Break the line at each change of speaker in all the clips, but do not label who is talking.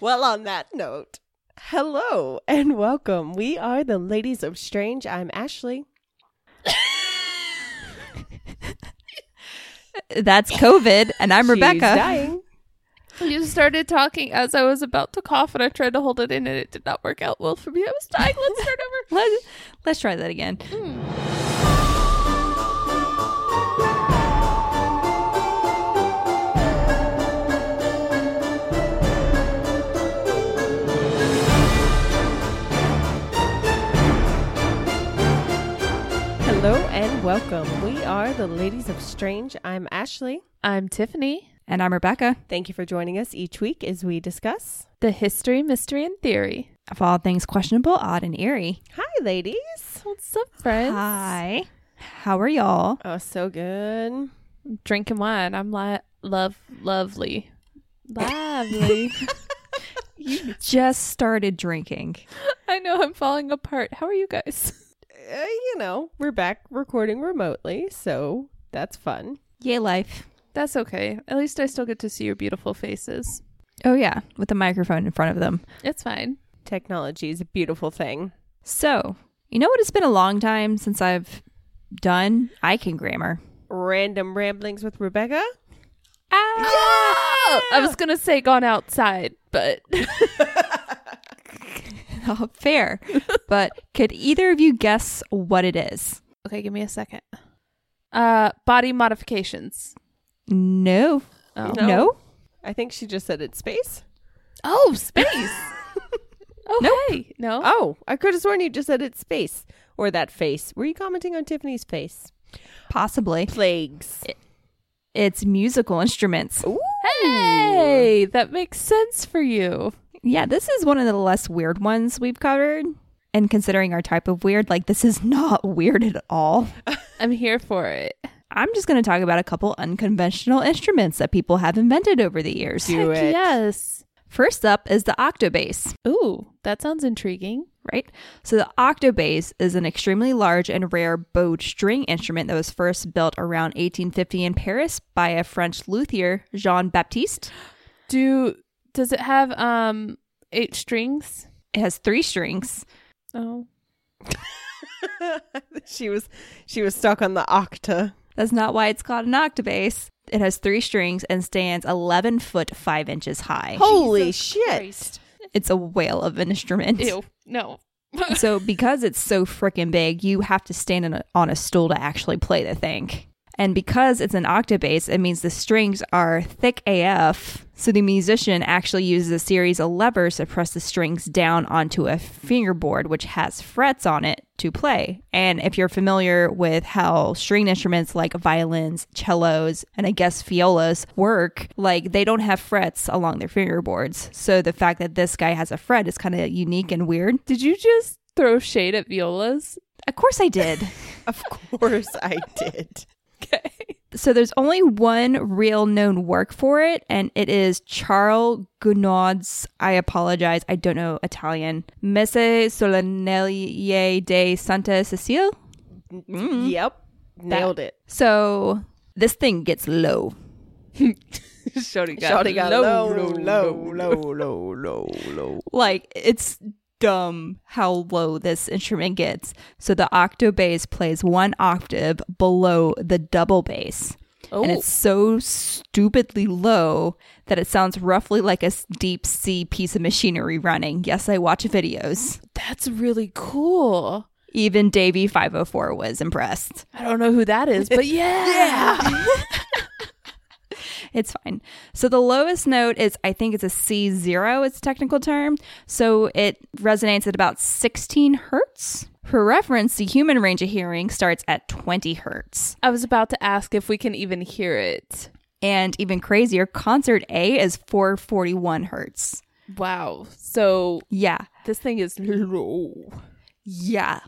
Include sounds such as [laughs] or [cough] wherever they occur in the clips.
Well, on that note, hello and welcome. We are the Ladies of Strange. I'm Ashley.
That's COVID, and I'm Rebecca.
She's dying.
You started talking as I was about to cough, and I tried to hold it in, and it did not work out well for me. I was dying. Let's start
[laughs]
over.
Let's, let's try that again.
Hello and welcome. We are the Ladies of Strange. I'm Ashley.
I'm Tiffany.
And I'm Rebecca
Thank you for joining us each week as we discuss.
The history, mystery, and theory.
of all things questionable, odd, and eerie.
Hi, ladies.
What's up, friends?
Hi, how are y'all?
Oh, so good.
Drinking wine. I'm like love, lovely, lovely.
You just started drinking.
[laughs] I know I'm falling apart. How are you guys? [laughs]
Uh, you know, we're back recording remotely, so that's fun.
Yay, life.
That's okay. At least I still get to see your beautiful faces.
Oh, yeah, with a microphone in front of them.
It's fine.
Technology is a beautiful thing.
So, you know what? It's been a long time since I've done I can grammar.
Random ramblings with Rebecca.
Ah!
Oh, I was gonna say gone outside, but [laughs]
Oh, fair. but could either of you guess what it is?
okay. Give me a second. Uh, body modifications.
No.
Oh.
No.
No?
I think she just said it's space.
Oh, space. okay. No.
Oh, I could have sworn you just said it's space or that face. Were you commenting on Tiffany's face?
[laughs] Possibly.
Plagues.
It's musical instruments.
Ooh.
Hey, that makes sense for you.
Yeah, this is one of the less weird ones we've covered. And considering our type of weird, like this is not [laughs] weird at all.
I'm here for it.
I'm just going to talk about a couple unconventional instruments that people have invented over the years.
Do
Heck
it.
Yes.
First up is the octobass.
Ooh, that sounds intriguing.
right? So the octobass is an extremely large and rare bowed string instrument that was first built around 1850 in Paris by a French luthier, Jean Baptiste.
Do does it have um eight strings?
It has three strings.
Oh.
[laughs] she was she was stuck on the octa.
That's not why it's called an octobass. It has three strings and stands 11 foot 5 inches high.
Holy
Jesus
shit.
Christ.
It's a whale of an instrument.
Ew. No.
So because it's so freaking big, you have to stand in a, on a stool to actually play the thing. And because it's an octobass, it means the strings are thick AF. So the musician actually uses a series of levers to press the strings down onto a fingerboard, which has frets on it to play. And if you're familiar with how string instruments like violins, cellos, and I guess violas work, like they don't have frets along their fingerboards. So the fact that this guy has a fret is kind of unique and weird.
Did you just throw shade at violas?
Of course I did.
[laughs] Of course I did.
Okay.
[laughs] so there's only one real known work for it, and it is Charles Gounod's, I apologize, I don't know Italian, Messe Solennelle de Santa Cecile.
Yep. Nailed it.
So this thing gets low.
Shouting
Shawty got low, low, low, low, low, low, low.
Like, it's dumb how low this instrument gets. So the octobass plays one octave below the double bass. And it's so stupidly low that it sounds roughly like a s- deep sea piece of machinery running. Yes, I watch videos.
That's really cool.
Even Davey 504 was impressed.
I don't know who that
[laughs]
is, but yeah.
It's fine. So the lowest note is, I think it's a C0, it's a technical term. So it resonates at about 16 hertz. For reference, the human range of hearing starts at 20 hertz.
I was about to ask if we can even hear it.
And even crazier, concert A is 441 hertz.
Wow. So
Yeah.
this thing is low.
Yeah.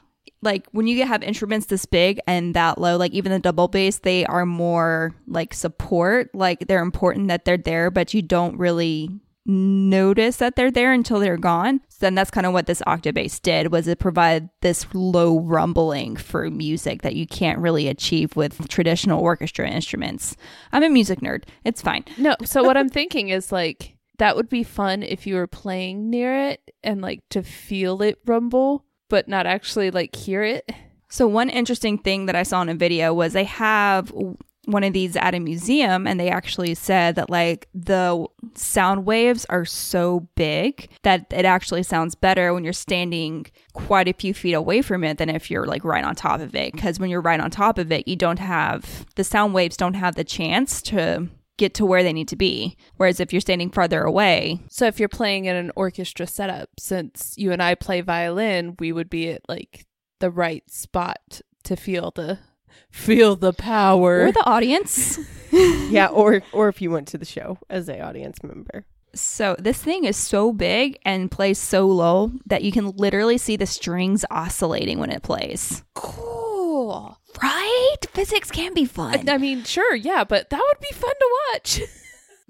Like when you have instruments this big and that low, like even the double bass, they are more like support. Like they're important that they're there, but you don't really notice that they're there until they're gone. So then that's kind of what this octobass did was it provided this low rumbling for music that you can't really achieve with traditional orchestra instruments. I'm a music nerd. It's fine.
No, so what I'm thinking is like that would be fun if you were playing near it and like to feel it rumble, but not actually like hear it.
So one interesting thing that I saw in a video was they have w- one of these at a museum and they actually said that like the sound waves are so big that it actually sounds better when you're standing quite a few feet away from it than if you're like right on top of it because when you're right on top of it you don't have the sound waves don't have the chance to get to where they need to be whereas if you're standing farther away
So if you're playing in an orchestra setup, since you and I play violin, we would be at like the right spot to feel the feel the power.
or the audience
yeah, or or if you went to the show as a audience member.
So this thing is so big and plays so low that you can literally see the strings oscillating when it plays.
cool.
Right? Physics can be fun.
I mean, sure, yeah, but that would be fun to watch.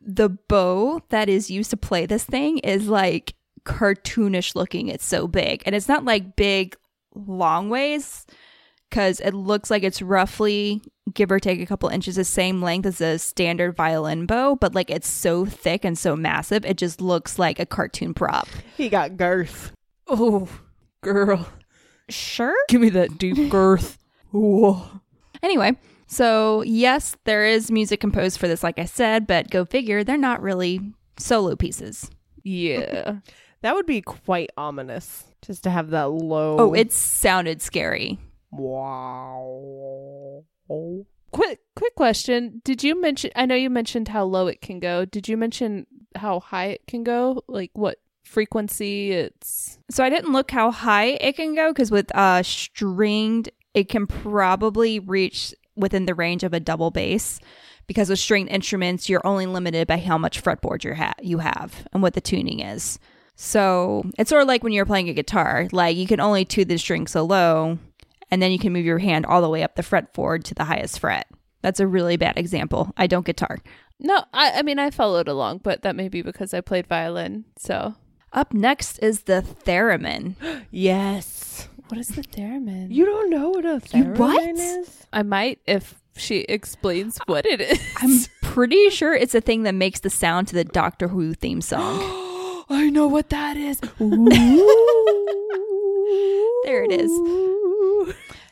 The bow that is used to play this thing is like cartoonish looking. It's so big. And it's not like big long ways cuz it looks like it's roughly give or take a couple inches the same length as a standard violin bow, but like it's so thick and so massive, it just looks like a cartoon prop.
He got girth.
Oh, girl,
Sure.
give me that deep girth. Whoa.
Anyway, so yes, there is music composed for this, like I said, but go figure, they're not really solo pieces.
[laughs] Yeah.
That would be quite ominous just to have that low.
Oh, it sounded scary.
wow.
quick quick question. Did you mention I know you mentioned how low it can go. Did you mention how high it can go? Like what frequency it's
So I didn't look how high it can go because with uh, stringed, it can probably reach within the range of a double bass. Because with stringed instruments, you're only limited by how much fretboard you ha- you have and what the tuning is. So it's sort of like when you're playing a guitar. Like you can only tune the string so low, and then you can move your hand all the way up the fretboard to the highest fret. That's a really bad example. I don't guitar.
No, I I mean I followed along, but that may be because I played violin. So
Up next is the theremin.
Yes.
what is the theremin?
You don't know what a theremin
what?
is?
I might if she explains what it is.
I'm pretty sure it's a thing that makes the sound to the Doctor Who
[gasps]
theme song.
[gasps] I know what that is.
there it is.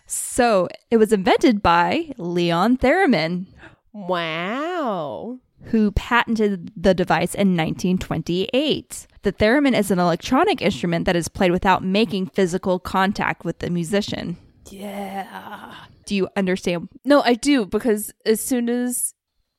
So it was invented by Leon Theremin,
Wow.
who patented the device in 1928. The theremin is an electronic instrument that is played without making physical contact with the musician.
Yeah.
Do you understand?
No, I do because as soon as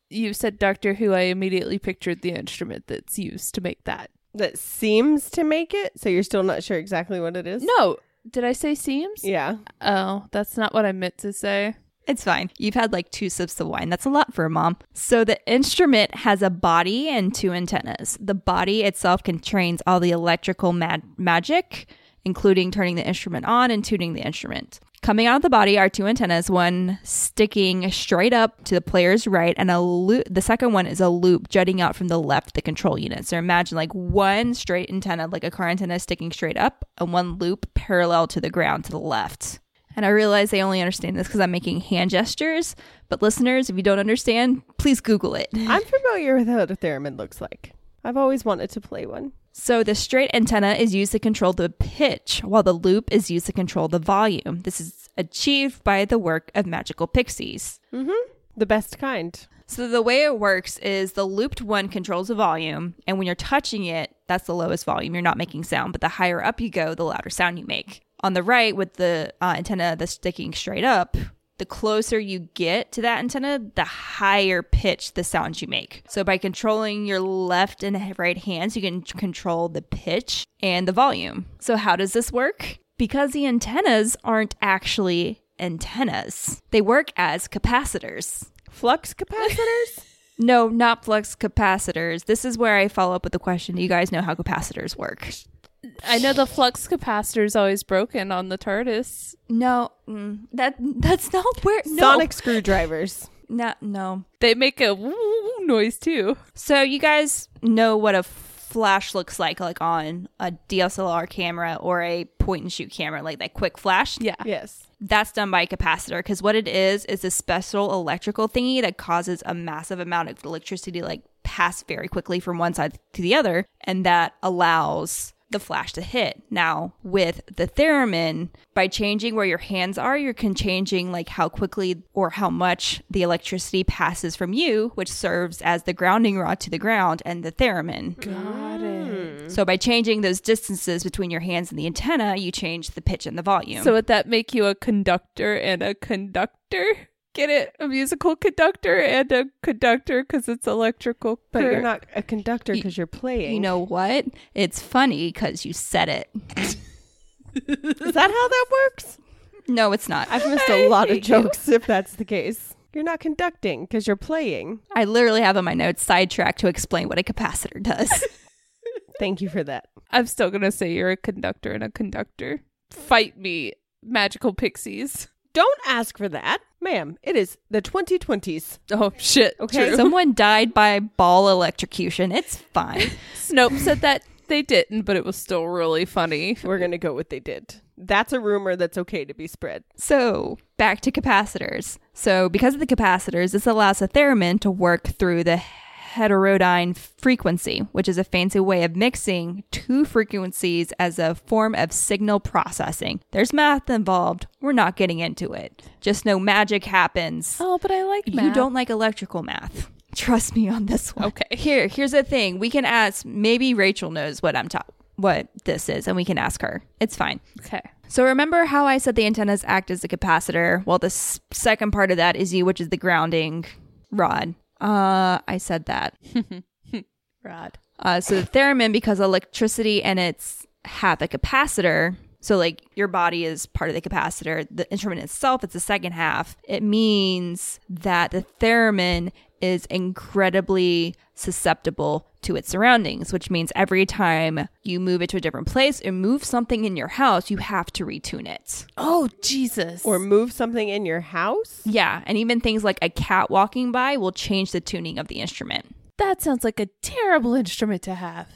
you said Doctor Who, I immediately pictured the instrument that's used to make that.
That seems to make it. So you're still not sure exactly what it is?
No, did I say seams?
Yeah.
Oh, that's not what I meant to say.
It's fine. You've had like two sips of wine. That's a lot for a mom. So the instrument has a body and two antennas. The body itself contains all the electrical mag- magic, including turning the instrument on and tuning the instrument. Coming out of the body are two antennas, one sticking straight up to the player's right, and a loop. The second one is a loop jutting out from the left, of the control unit. So imagine like one straight antenna, like a car antenna, sticking straight up, and one loop parallel to the ground to the left. And I realize they only understand this because I'm making hand gestures. But listeners, if you don't understand, please Google it.
I'm familiar with what a theremin looks like. I've always wanted to play one.
So the straight antenna is used to control the pitch, while the loop is used to control the volume. This is achieved by the work of magical pixies.
The best kind.
So the way it works is the looped one controls the volume, and when you're touching it, that's the lowest volume. You're not making sound, but the higher up you go, the louder sound you make. On the right, with the uh, antenna that's sticking straight up, the closer you get to that antenna, the higher pitch the sounds you make. So by controlling your left and right hands, you can t- control the pitch and the volume. So how does this work? Because the antennas aren't actually antennas, they work as capacitors.
Flux capacitors?
No, not flux capacitors. This is where I follow up with the question. Do you guys know how capacitors work?
[laughs] I know the flux capacitor is always broken on the TARDIS.
No, mm, that that's not where. No,
Sonic screwdrivers.
No, no.
They make a woo noise too.
So you guys know what a flash looks like, like on a DSLR camera or a point and shoot camera, like that quick flash.
Yeah.
Yes.
That's done by a capacitor because what it is is a special electrical thingy that causes a massive amount of electricity, like pass very quickly from one side to the other, and that allows the flash to hit. Now, with the theremin, by changing where your hands are, you can changing like how quickly or how much the electricity passes from you, which serves as the grounding rod to the ground and the theremin.
Mm-hmm. Got it.
So by changing those distances between your hands and the antenna, you change the pitch and the volume.
So would that make you a conductor and a conductor? Get it? A musical conductor and a conductor because it's electrical.
But you're
current.
not a conductor
You-
because you're playing.
you know what? It's funny because you said it.
is that how that works?
No, it's not.
I've
[laughs]
missed [laughs] a lot of jokes if that's the case. You're not conducting because you're playing.
I literally have on my notes sidetrack to explain what a capacitor does.
Thank you for that.
I'm still gonna say you're a conductor and a conductor. Fight me, magical pixies.
Don't ask for that, ma'am. It is the 2020s.
Oh shit.
Okay.
True.
Someone died by ball electrocution. It's fine.
Snope said that they didn't, but it was still really funny.
We're going to go with they did. That's a rumor that's okay to be spread.
So, back to capacitors. So, because of the capacitors, this allows a theremin to work through the heterodyne frequency, which is a fancy way of mixing two frequencies as a form of signal processing. There's math involved. We're not getting into it. Just know magic happens.
Oh, but I like
You don't like electrical math. [laughs] Trust me on this one.
Okay. [laughs]
Here, here's the thing. We can ask maybe Rachel knows what I'm talking what this is and we can ask her. It's fine.
Okay.
So remember how I said the antennas act as a capacitor? Well, the s- second part of that is you, which is the grounding rod. Uh, I said that.
Rod.
Uh, so the theremin, because electricity and it's half a capacitor. So like your body is part of the capacitor. The instrument itself, it's the second half. It means that the theremin is incredibly susceptible to its surroundings, which means every time you move it to a different place and move something in your house, you have to retune it.
Oh Jesus.
Or move something in your house?
Yeah, and even things like a cat walking by will change the tuning of the instrument.
that sounds like a terrible instrument to have.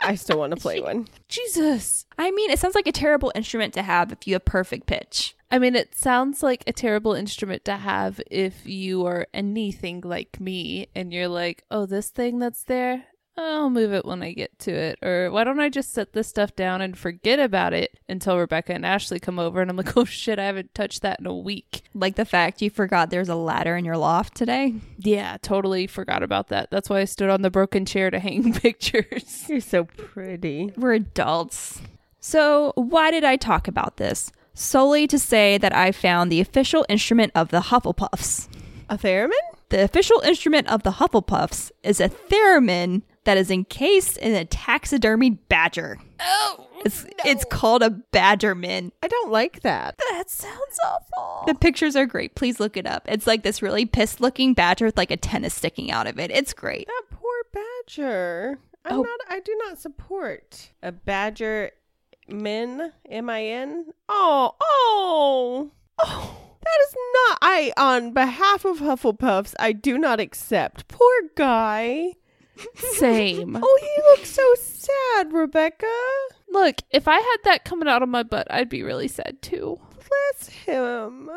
I still want to [laughs] play one.
Jesus.
I mean, it sounds like a terrible instrument to have if you have perfect pitch.
I mean, it sounds like a terrible instrument to have if you are anything like me and you're like, oh, this thing that's there, I'll move it when I get to it. Or why don't I just set this stuff down and forget about it until Rebecca and Ashley come over and I'm like, [laughs] oh shit, I haven't touched that in a week.
Like the fact you forgot there's a ladder in your loft today.
Yeah, totally forgot about that. That's why I stood on the broken chair to hang [laughs] pictures.
You're so pretty.
We're adults. So, why did I talk about this? Solely to say that I found the official instrument of the Hufflepuffs.
A theremin?
The official instrument of the Hufflepuffs is a theremin that is encased in a taxidermied badger.
Oh,
It's, it's called a badgermin.
I don't like that.
that sounds awful.
The pictures are great. Please look it up. It's like this really pissed looking badger with like a tennis sticking out of it. It's great.
That poor badger. I'm
Oh.
not. I do not support a badger. Min M I N. Oh, oh, oh! That is not. I, on behalf of Hufflepuffs, I do not accept. Poor guy.
Same.
[laughs] Oh, he looks so sad, Rebecca.
Look, if I had that coming out of my butt, I'd be really sad too.
Bless him.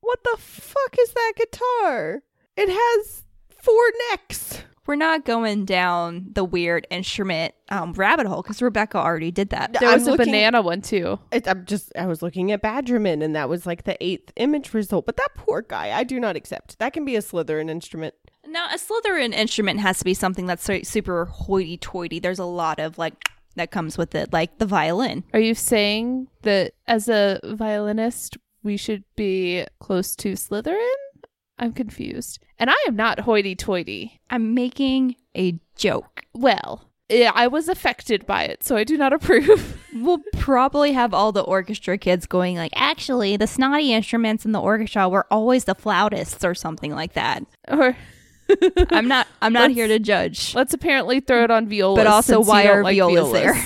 What the fuck is that guitar? It has four necks.
We're not going down the weird instrument um, rabbit hole because Rebecca already did that.
There
I'm
was a
looking-
banana one too.
It, I'm just, I was looking at Badgerman and that was like the eighth image result. But that poor guy, I do not accept. That can be a Slytherin instrument.
Now, a Slytherin instrument has to be something that's su- super hoity toity. There's a lot of like that comes with it, like the violin.
Are you saying that as a violinist, we should be close to Slytherin? I'm confused. And I am not hoity toity.
I'm making a joke.
Well, yeah, I was affected by it, so I do not approve. [laughs]
We'll probably have all the orchestra kids going like, actually, the snotty instruments in the orchestra were always the flautists or something like that.
or [laughs]
I'm not. I'm not
Let's-
here to judge.
let's apparently throw it on viola.
But also,
since you
why
don't
are
like
violas there?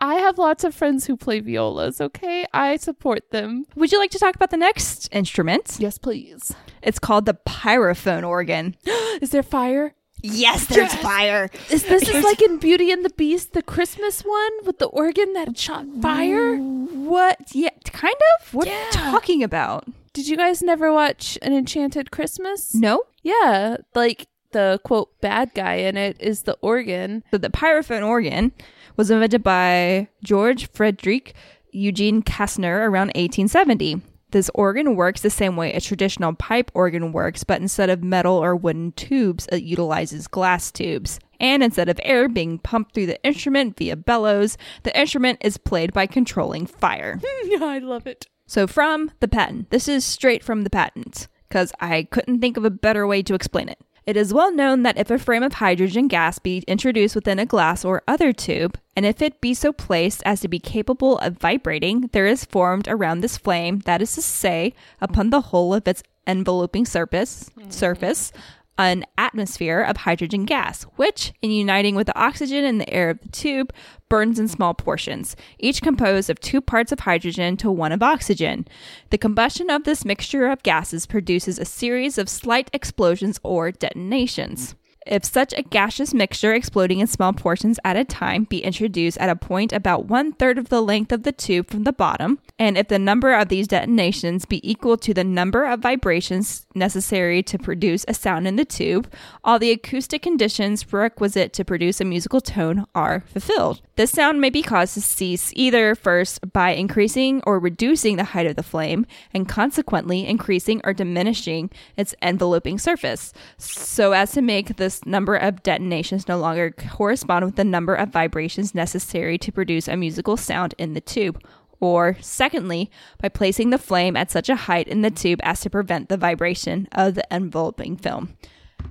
I have lots of friends who play violas, okay? I support them.
Would you like to talk about the next instrument?
Yes, please.
It's called the pyrophone organ.
Is there fire?
[gasps] Yes, there's fire.
Is this is like in Beauty and the Beast, the Christmas one with the organ that shot fire?
What? Yeah, kind of. What are
Yeah.
you talking about?
Did you guys never watch An Enchanted Christmas?
No.
Yeah, like the quote bad guy in it is the organ.
So the pyrophone organ was invented by George Frederick Eugene Kastner around 1870. This organ works the same way a traditional pipe organ works, but instead of metal or wooden tubes, it utilizes glass tubes. And instead of air being pumped through the instrument via bellows, the instrument is played by controlling fire.
yeah, I love it.
So, from the patent, this is straight from the patent because I couldn't think of a better way to explain it. It is well known that if a frame of hydrogen gas be introduced within a glass or other tube, and if it be so placed as to be capable of vibrating, there is formed around this flame, that is to say, upon the whole of its enveloping surface, surface, an atmosphere of hydrogen gas, which, in uniting with the oxygen in the air of the tube, burns in small portions, each composed of two parts of hydrogen to one of oxygen. The combustion of this mixture of gases produces a series of slight explosions or detonations. If such a gaseous mixture exploding in small portions at a time be introduced at a point about one third of the length of the tube from the bottom, and if the number of these detonations be equal to the number of vibrations necessary to produce a sound in the tube, all the acoustic conditions requisite to produce a musical tone are fulfilled. This sound may be caused to cease either first by increasing or reducing the height of the flame, and consequently increasing or diminishing its enveloping surface, so as to make this number of detonations no longer correspond with the number of vibrations necessary to produce a musical sound in the tube. Or, secondly, by placing the flame at such a height in the tube as to prevent the vibration of the enveloping film.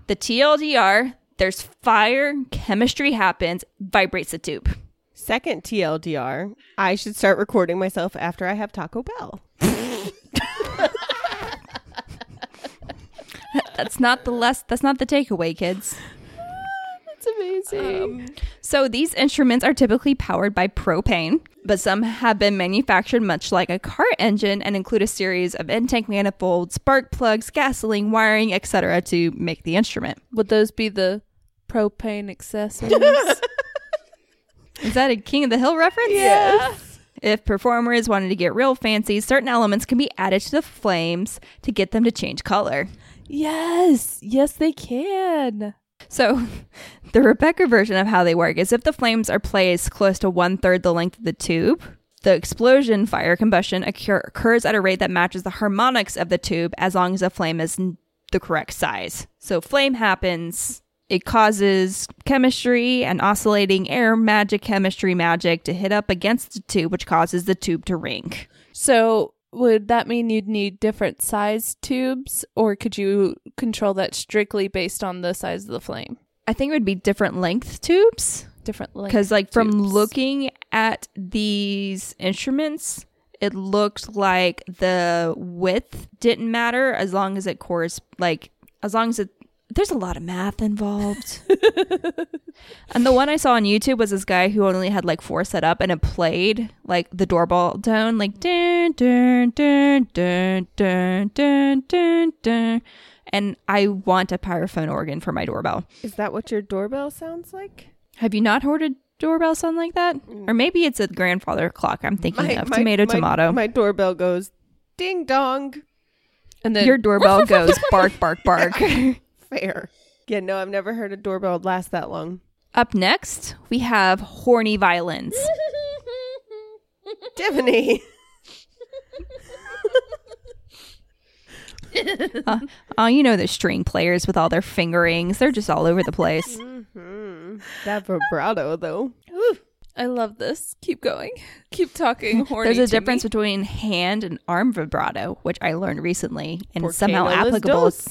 The TLDR, there's fire, chemistry happens, vibrates the tube.
Second TLDR, I should start recording myself after I have Taco Bell.
That's not the less that's not the takeaway, kids.
That's
Um,
amazing.
So these instruments are typically powered by propane, but some have been manufactured much like a car engine and include a series of intake manifolds, spark plugs, gasoline wiring, etc. to make the instrument.
Would those be the propane [laughs] accessories?
Is that a King of the Hill reference?
Yes.
If performers wanted to get real fancy, certain elements can be added to the flames to get them to change color.
yes, yes, they can.
So, [laughs] the Rebecca version of how they work is if the flames are placed close to one third the length of the tube, the explosion fire combustion occur- occurs at a rate that matches the harmonics of the tube as long as the flame is n- the correct size. So, flame happens, it causes chemistry and oscillating air magic, chemistry magic to hit up against the tube, which causes the tube to ring.
So would that mean you'd need different size tubes, or could you control that strictly based on the size of the flame?
I think it would be different length tubes.
Different length.
because like from
tubes.
looking at these instruments it looked like the width didn't matter as long as it course like as long as it there's a lot of math involved and the one i saw on youtube was this guy who only had like four set up and it played like the doorbell tone like dun, dun, dun, dun, dun, dun, dun, dun. and i want a pyrophone organ for my doorbell
Is that what your doorbell sounds like?
have you not heard a doorbell sound like that? Or maybe it's a grandfather clock I'm thinking of. tomato,
Mm. my-
tomato.
My doorbell goes ding dong.
and then
[laughs]
Your doorbell goes bark, bark, bark.
Fair. Yeah, no, I've never heard a doorbell last that [laughs] long.
Up next, we have horny
[laughs]
violins.
Tiffany.
Oh, you know the string players with all their fingerings. They're just all over the place.
That vibrato, though.
I love this. Keep going. [laughs] Keep talking.
[laughs]
Horny.
There's a
to me.
difference between hand and arm vibrato, which I learned recently and is somehow
Porque no les
applicable
dos.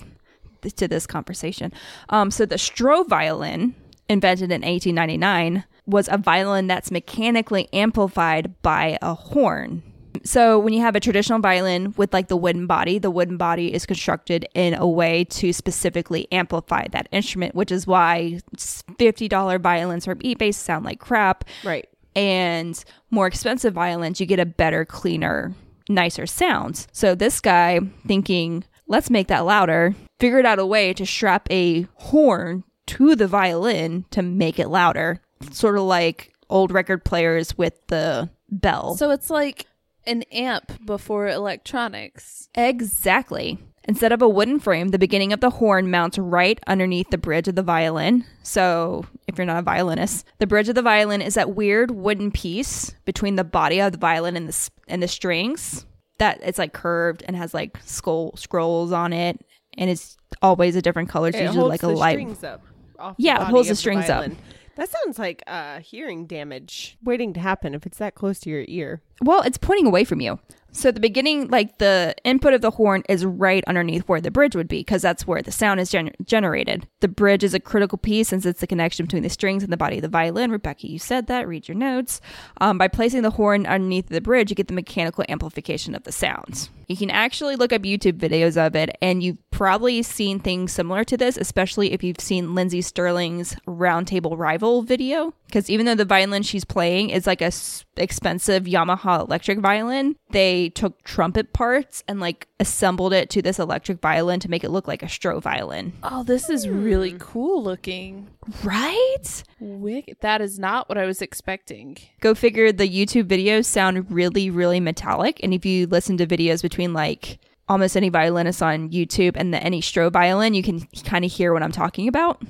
th- to this conversation. Um, so the Stroh violin, invented in 1899, was a violin that's mechanically amplified by a horn. So when you have a traditional violin with like the wooden body, the wooden body is constructed in a way to specifically amplify that instrument, which is why $50 violins from eBay sound like crap
Right.
and more expensive violins, you get a better, cleaner, nicer sound. So this guy, thinking, let's make that louder, figured out a way to strap a horn to the violin to make it louder, sort of like old record players with the bell.
So it's like an amp before electronics.
Exactly. Instead of a wooden frame, the beginning of the horn mounts right underneath the bridge of the violin. So, if you're not a violinist, the bridge of the violin is that weird wooden piece between the body of the violin and the s- and the strings that it's like curved and has like skull scrolls on it, and it's always a different color. It's
It
usually
holds
like a
the
light.
strings up. off
Yeah, it
body
holds the
of
strings up.
violin. That sounds like uh, hearing damage waiting to happen if it's that close to your ear.
Well, it's pointing away from you. So the beginning, like the input of the horn, is right underneath where the bridge would be, because that's where the sound is gen- generated. The bridge is a critical piece since it's the connection between the strings and the body of the violin. Rebecca, you said that. Read your notes. Um, by placing the horn underneath the bridge, you get the mechanical amplification of the sounds. You can actually look up YouTube videos of it, and you've probably seen things similar to this, especially if you've seen Lindsay Sterling's Roundtable Rival video. Because even though the violin she's playing is like a s- expensive Yamaha electric violin, they took trumpet parts and like assembled it to this electric violin to make it look like a Stroh violin.
Oh, this is
Hmm.
really cool looking.
Right?
Wicked. That is not what I was expecting.
Go figure. The YouTube videos sound really, really metallic, and if you listen to videos between like almost any violinist on YouTube and the any Stroh violin, you can kind of hear what I'm talking about.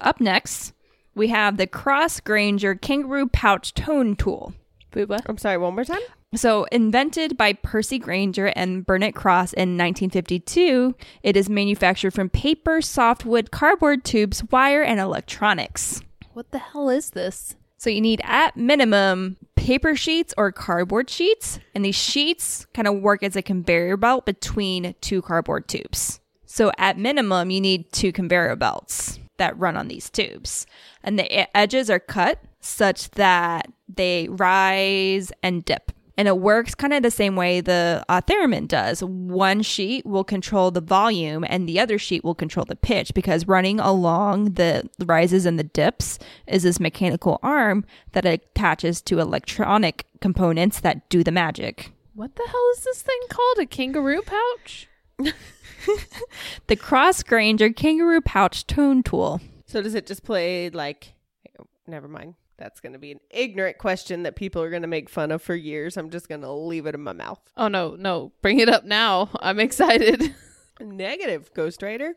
Up next, we have the Cross Granger Kangaroo Pouch Tone Tool.
Booba.
I'm sorry, one more time.
So, invented by Percy Granger and Burnett Cross in 1952, it is manufactured from paper, softwood, cardboard tubes, wire, and electronics.
What the hell is this?
So, you need at minimum paper sheets or cardboard sheets, and these sheets kind of work as a conveyor belt between two cardboard tubes. So, at minimum, you need two conveyor belts that run on these tubes, and the e- edges are cut such that they rise and dip. And it works kind of the same way the uh, theremin does. One sheet will control the volume and the other sheet will control the pitch because running along the rises and the dips is this mechanical arm that attaches to electronic components that do the magic.
What the hell is this thing called? A kangaroo pouch?
The Cross Granger Kangaroo Pouch Tone Tool.
So does it just play like? Never mind. That's going to be an ignorant question that people are going to make fun of for years. I'm just going to leave it in my mouth.
Oh no, no. Bring it up now. [laughs] I'm
[laughs]
excited.
Negative, ghostwriter.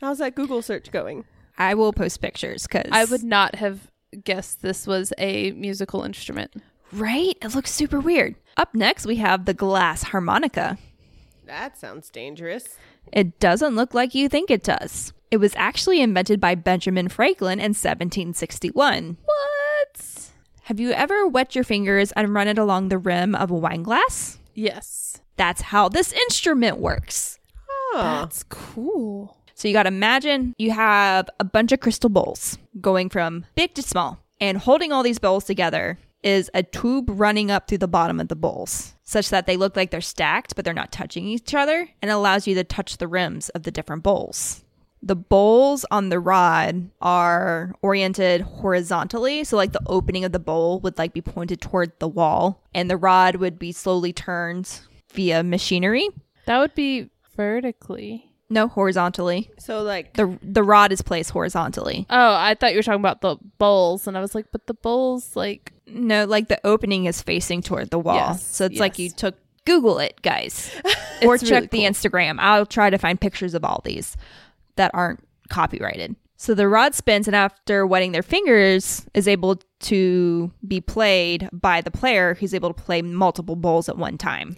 How's that Google search going?
I will post pictures because
I would not have guessed this was a musical instrument.
Right? It looks super weird. Up next, we have the glass harmonica.
That sounds dangerous.
It doesn't look like you think it does. It was actually invented by Benjamin Franklin in 1761.
What?
Have you ever wet your fingers and run it along the rim of a wine glass?
Yes.
That's how this instrument works.
Oh,
That's cool.
So you got to imagine you have a bunch of crystal bowls going from big to small, and holding all these bowls together is a tube running up through the bottom of the bowls such that they look like they're stacked but they're not touching each other and allows you to touch the rims of the different bowls. The bowls on the rod are oriented horizontally, so like the opening of the bowl would like be pointed toward the wall and the rod would be slowly turned via machinery.
That would be vertically.
No, horizontally.
so like
The the rod is placed horizontally.
Oh, I thought you were talking about the bowls, and I was like, but the bowls, like,
No, like the opening is facing toward the wall.
Yes,
so it's like
yes.
you took Google it, guys. or
[laughs] It's
check
really
the Instagram. I'll try to find pictures of all these that aren't copyrighted. So the rod spins and after wetting their fingers is able to be played by the player who's able to play multiple bowls at one time.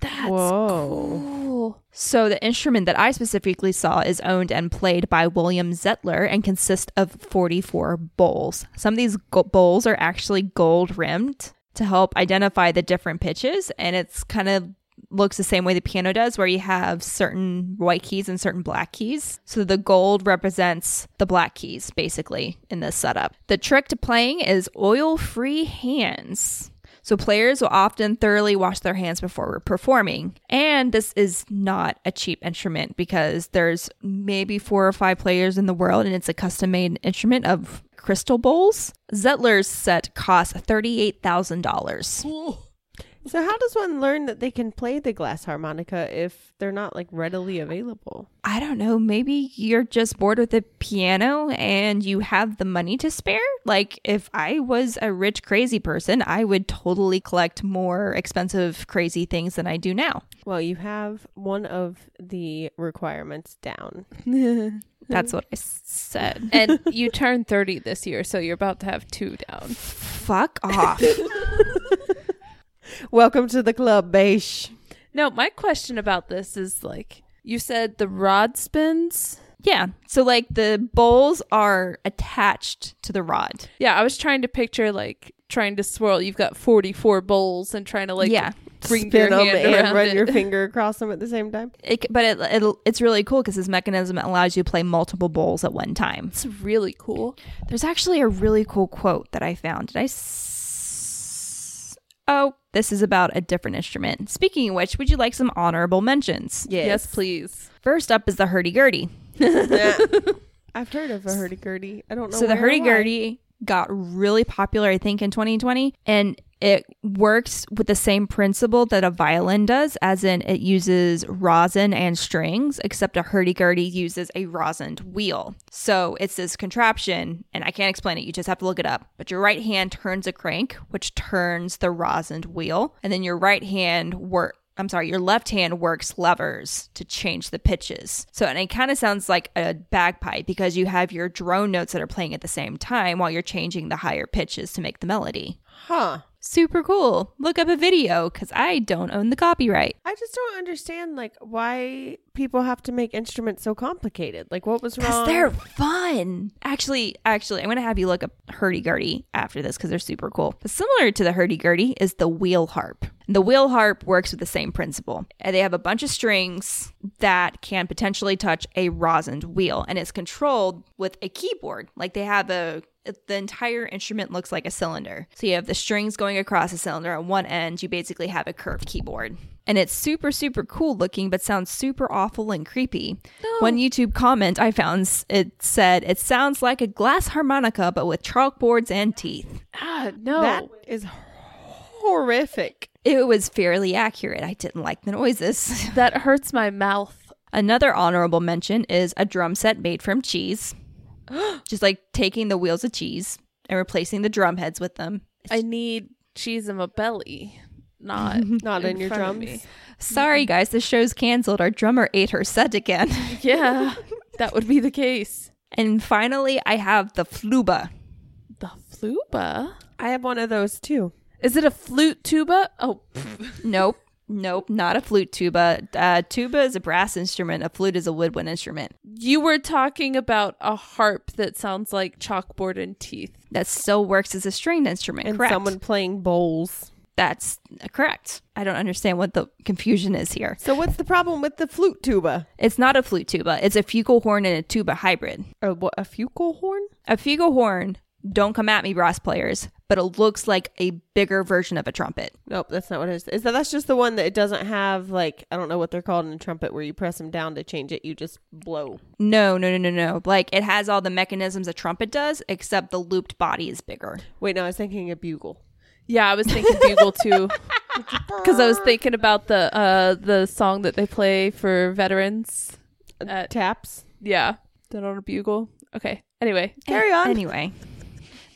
that's
whoa.
cool.
So the instrument that I specifically saw is owned and played by William Zettler and consists of 44 bowls. Some of these go- bowls are actually gold rimmed to help identify the different pitches and it's kind of looks the same way the piano does where you have certain white keys and certain black keys. So the gold represents the black keys basically in this setup. The trick to playing is oil-free hands. So players will often thoroughly wash their hands before performing. And this is not a cheap instrument because there's maybe four or five players in the world and it's a custom made instrument of crystal bowls. Zettler's set costs $38,000.
So how does one learn that they can play the glass harmonica if they're not like readily available?
I don't know, maybe you're just bored with the piano and you have the money to spare. Like, if I was a rich, crazy person, I would totally collect more expensive, crazy things than I do now.
Well, you have one of the requirements down.
That's what I s- said.
[laughs] and you turn 30 this year, so you're about to have two down.
Fuck off.
Welcome to the club, Beish.
No, my question about this is like you said the rod spins.
yeah. So, like, the bowls are attached to the rod.
Yeah, I was trying to picture like trying to swirl. You've got 44 bowls and trying to like
yeah.
bring
Spin
your
them
hand
and
around
run
it.
your finger across them at the same time.
It, c- but it, it, it's really cool because this mechanism allows you to play multiple bowls at one time.
[laughs] It's really cool.
There's actually a really cool quote that I found. Did I? S- oh, this is about a different instrument. Speaking of which, would you like some honorable mentions?
Yes, please.
First up is the hurdy-gurdy.
[laughs] I've heard of a hurdy-gurdy. I don't know.
So the
where or why.
hurdy-gurdy got really popular, I think, in 2020, and it works with the same principle that a violin does, as in it uses rosin and strings, except a hurdy-gurdy uses a rosined wheel. So it's this contraption, and I can't explain it. You just have to look it up. But your right hand turns a crank, which turns the rosined wheel, and then your right hand work. I'm sorry, your left hand works levers to change the pitches. So, and it kind of sounds like a bagpipe because you have your drone notes that are playing at the same time while you're changing the higher pitches to make the melody.
Huh.
Super cool. Look up a video because I don't own the copyright.
I just don't understand like why people have to make instruments so complicated. Like what was
Because
wrong?
they're fun. Actually, actually, I'm going to have you look up hurdy-gurdy after this because they're super cool. But similar to the hurdy-gurdy is the wheel harp. The wheel harp works with the same principle. And They have a bunch of strings that can potentially touch a rosined wheel, and it's controlled with a keyboard. Like they have a the entire instrument looks like a cylinder. So you have the strings going across a cylinder on one end, you basically have a curved keyboard. And it's super, super cool looking, but sounds super awful and creepy. One YouTube comment I found s- it said, It sounds like a glass harmonica, but with chalkboards and teeth.
Ah, no.
that is horrific.
It was fairly accurate. I didn't like the noises. [laughs]
that hurts my mouth.
Another honorable mention is a drum set made from cheese. Just like taking the wheels of cheese and replacing the drum heads with them.
I need cheese in my belly, not [laughs]
Not in your
front of
drums.
me. [laughs]
Sorry, guys, the show's canceled. Our drummer ate her set again. [laughs]
Yeah, that would be the case.
and finally, I have the fluba.
The fluba.
I have one of those too.
Is it a flute tuba? Oh,
Nope. Nope, not a flute tuba. Uh, tuba is a brass instrument. A flute is a woodwind instrument.
you were talking about a harp that sounds like chalkboard and teeth.
That still works as a stringed instrument.
And
correct.
someone playing bowls.
That's uh, correct. I don't understand what the confusion is here.
So what's the problem with the flute tuba?
It's not a flute tuba. It's a fugal horn and a tuba hybrid.
Or what a fugal horn?
A fugal horn. Don't come at me, brass players. But it looks like a bigger version of a trumpet.
Nope, that's not what it is. Is that that's just the one that it doesn't have like I don't know what they're called in a trumpet where you press them down to change it, you just blow.
No, no, no, no, no. Like it has all the mechanisms a trumpet does, except the looped body is bigger.
Wait, no, I was thinking a bugle.
Yeah, I was thinking bugle [laughs] too, because I was thinking about the uh the song that they play for veterans. Uh,
Taps.
yeah, that on a bugle. Okay. Anyway,
Carry on.
Eh, Anyway,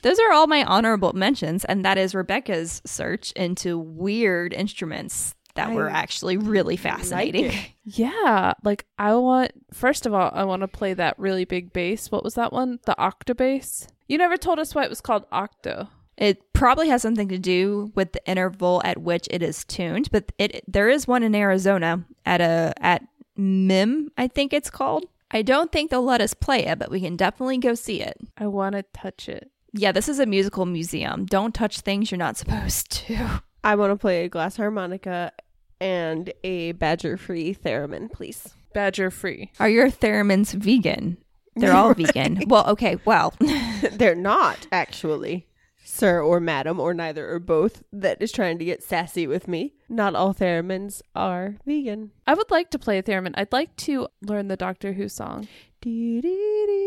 those are all my honorable mentions, and that is Rebecca's search into weird instruments that were actually really fascinating.
yeah, like I want. First of all, I want to play that really big bass. What was that one? The octobass. You never told us why it was called octo.
It probably has something to do with the interval at which it is tuned, but it there is one in Arizona at a at MIM, I think it's called. I don't think they'll let us play it, but we can definitely go see it.
I want to touch it.
Yeah, this is a musical museum. Don't touch things you're not supposed to. [laughs]
I want to play a glass harmonica and a badger free theremin, please. [laughs]
Badger free.
Are your theremins vegan?
[laughs]
They're all vegan. Well, okay, well,
They're not, actually. Sir or madam or neither or both that is trying to get sassy with me. Not all theremins are vegan.
I would like to play a theremin. I'd like to learn the Doctor Who song.
Doo-doo-doo.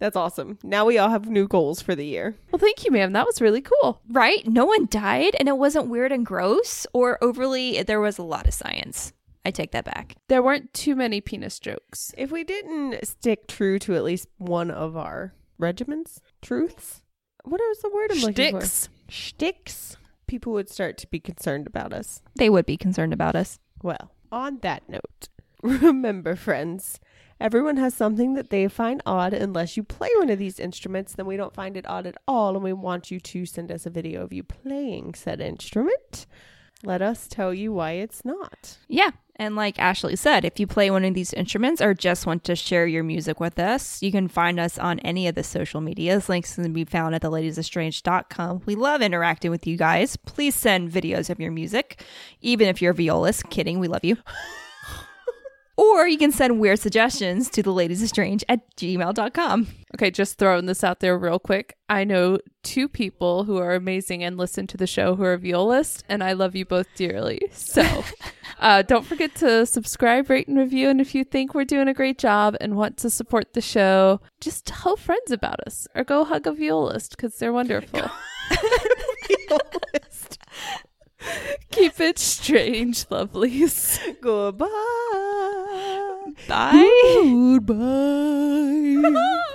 That's awesome. Now we all have new goals for the year.
Well, thank you, ma'am. That was really cool.
Right? No one died and it wasn't weird and gross or overly. There was a lot of science. I take that back.
There weren't too many penis jokes.
If we didn't stick true to at least one of our regiments, truths, what was the word I'm looking for?
Sticks.
Shticks. People would start to be concerned about us.
They would be concerned about us.
Well, on that note, [laughs] remember, friends, everyone has something that they find odd. Unless you play one of these instruments, then we don't find it odd at all, and we want you to send us a video of you playing said instrument. Let us tell you why it's not.
Yeah. And like Ashley said, if you play one of these instruments or just want to share your music with us, you can find us on any of the social medias. Links can be found at theladiesestrange.com. We love interacting with you guys. Please send videos of your music, even if you're a violist. Kidding, we love you. [laughs] or you can send weird suggestions to theladiesestrange at gmail.com.
Okay, just throwing this out there real quick. I know two people who are amazing and listen to the show who are violists, and I love you both dearly. So uh, don't forget to subscribe, rate, and review. And if you think we're doing a great job and want to support the show, just tell friends about us or go hug a violist because they're wonderful. [laughs] Keep it strange, lovelies.
Goodbye.
Bye.
Goodbye.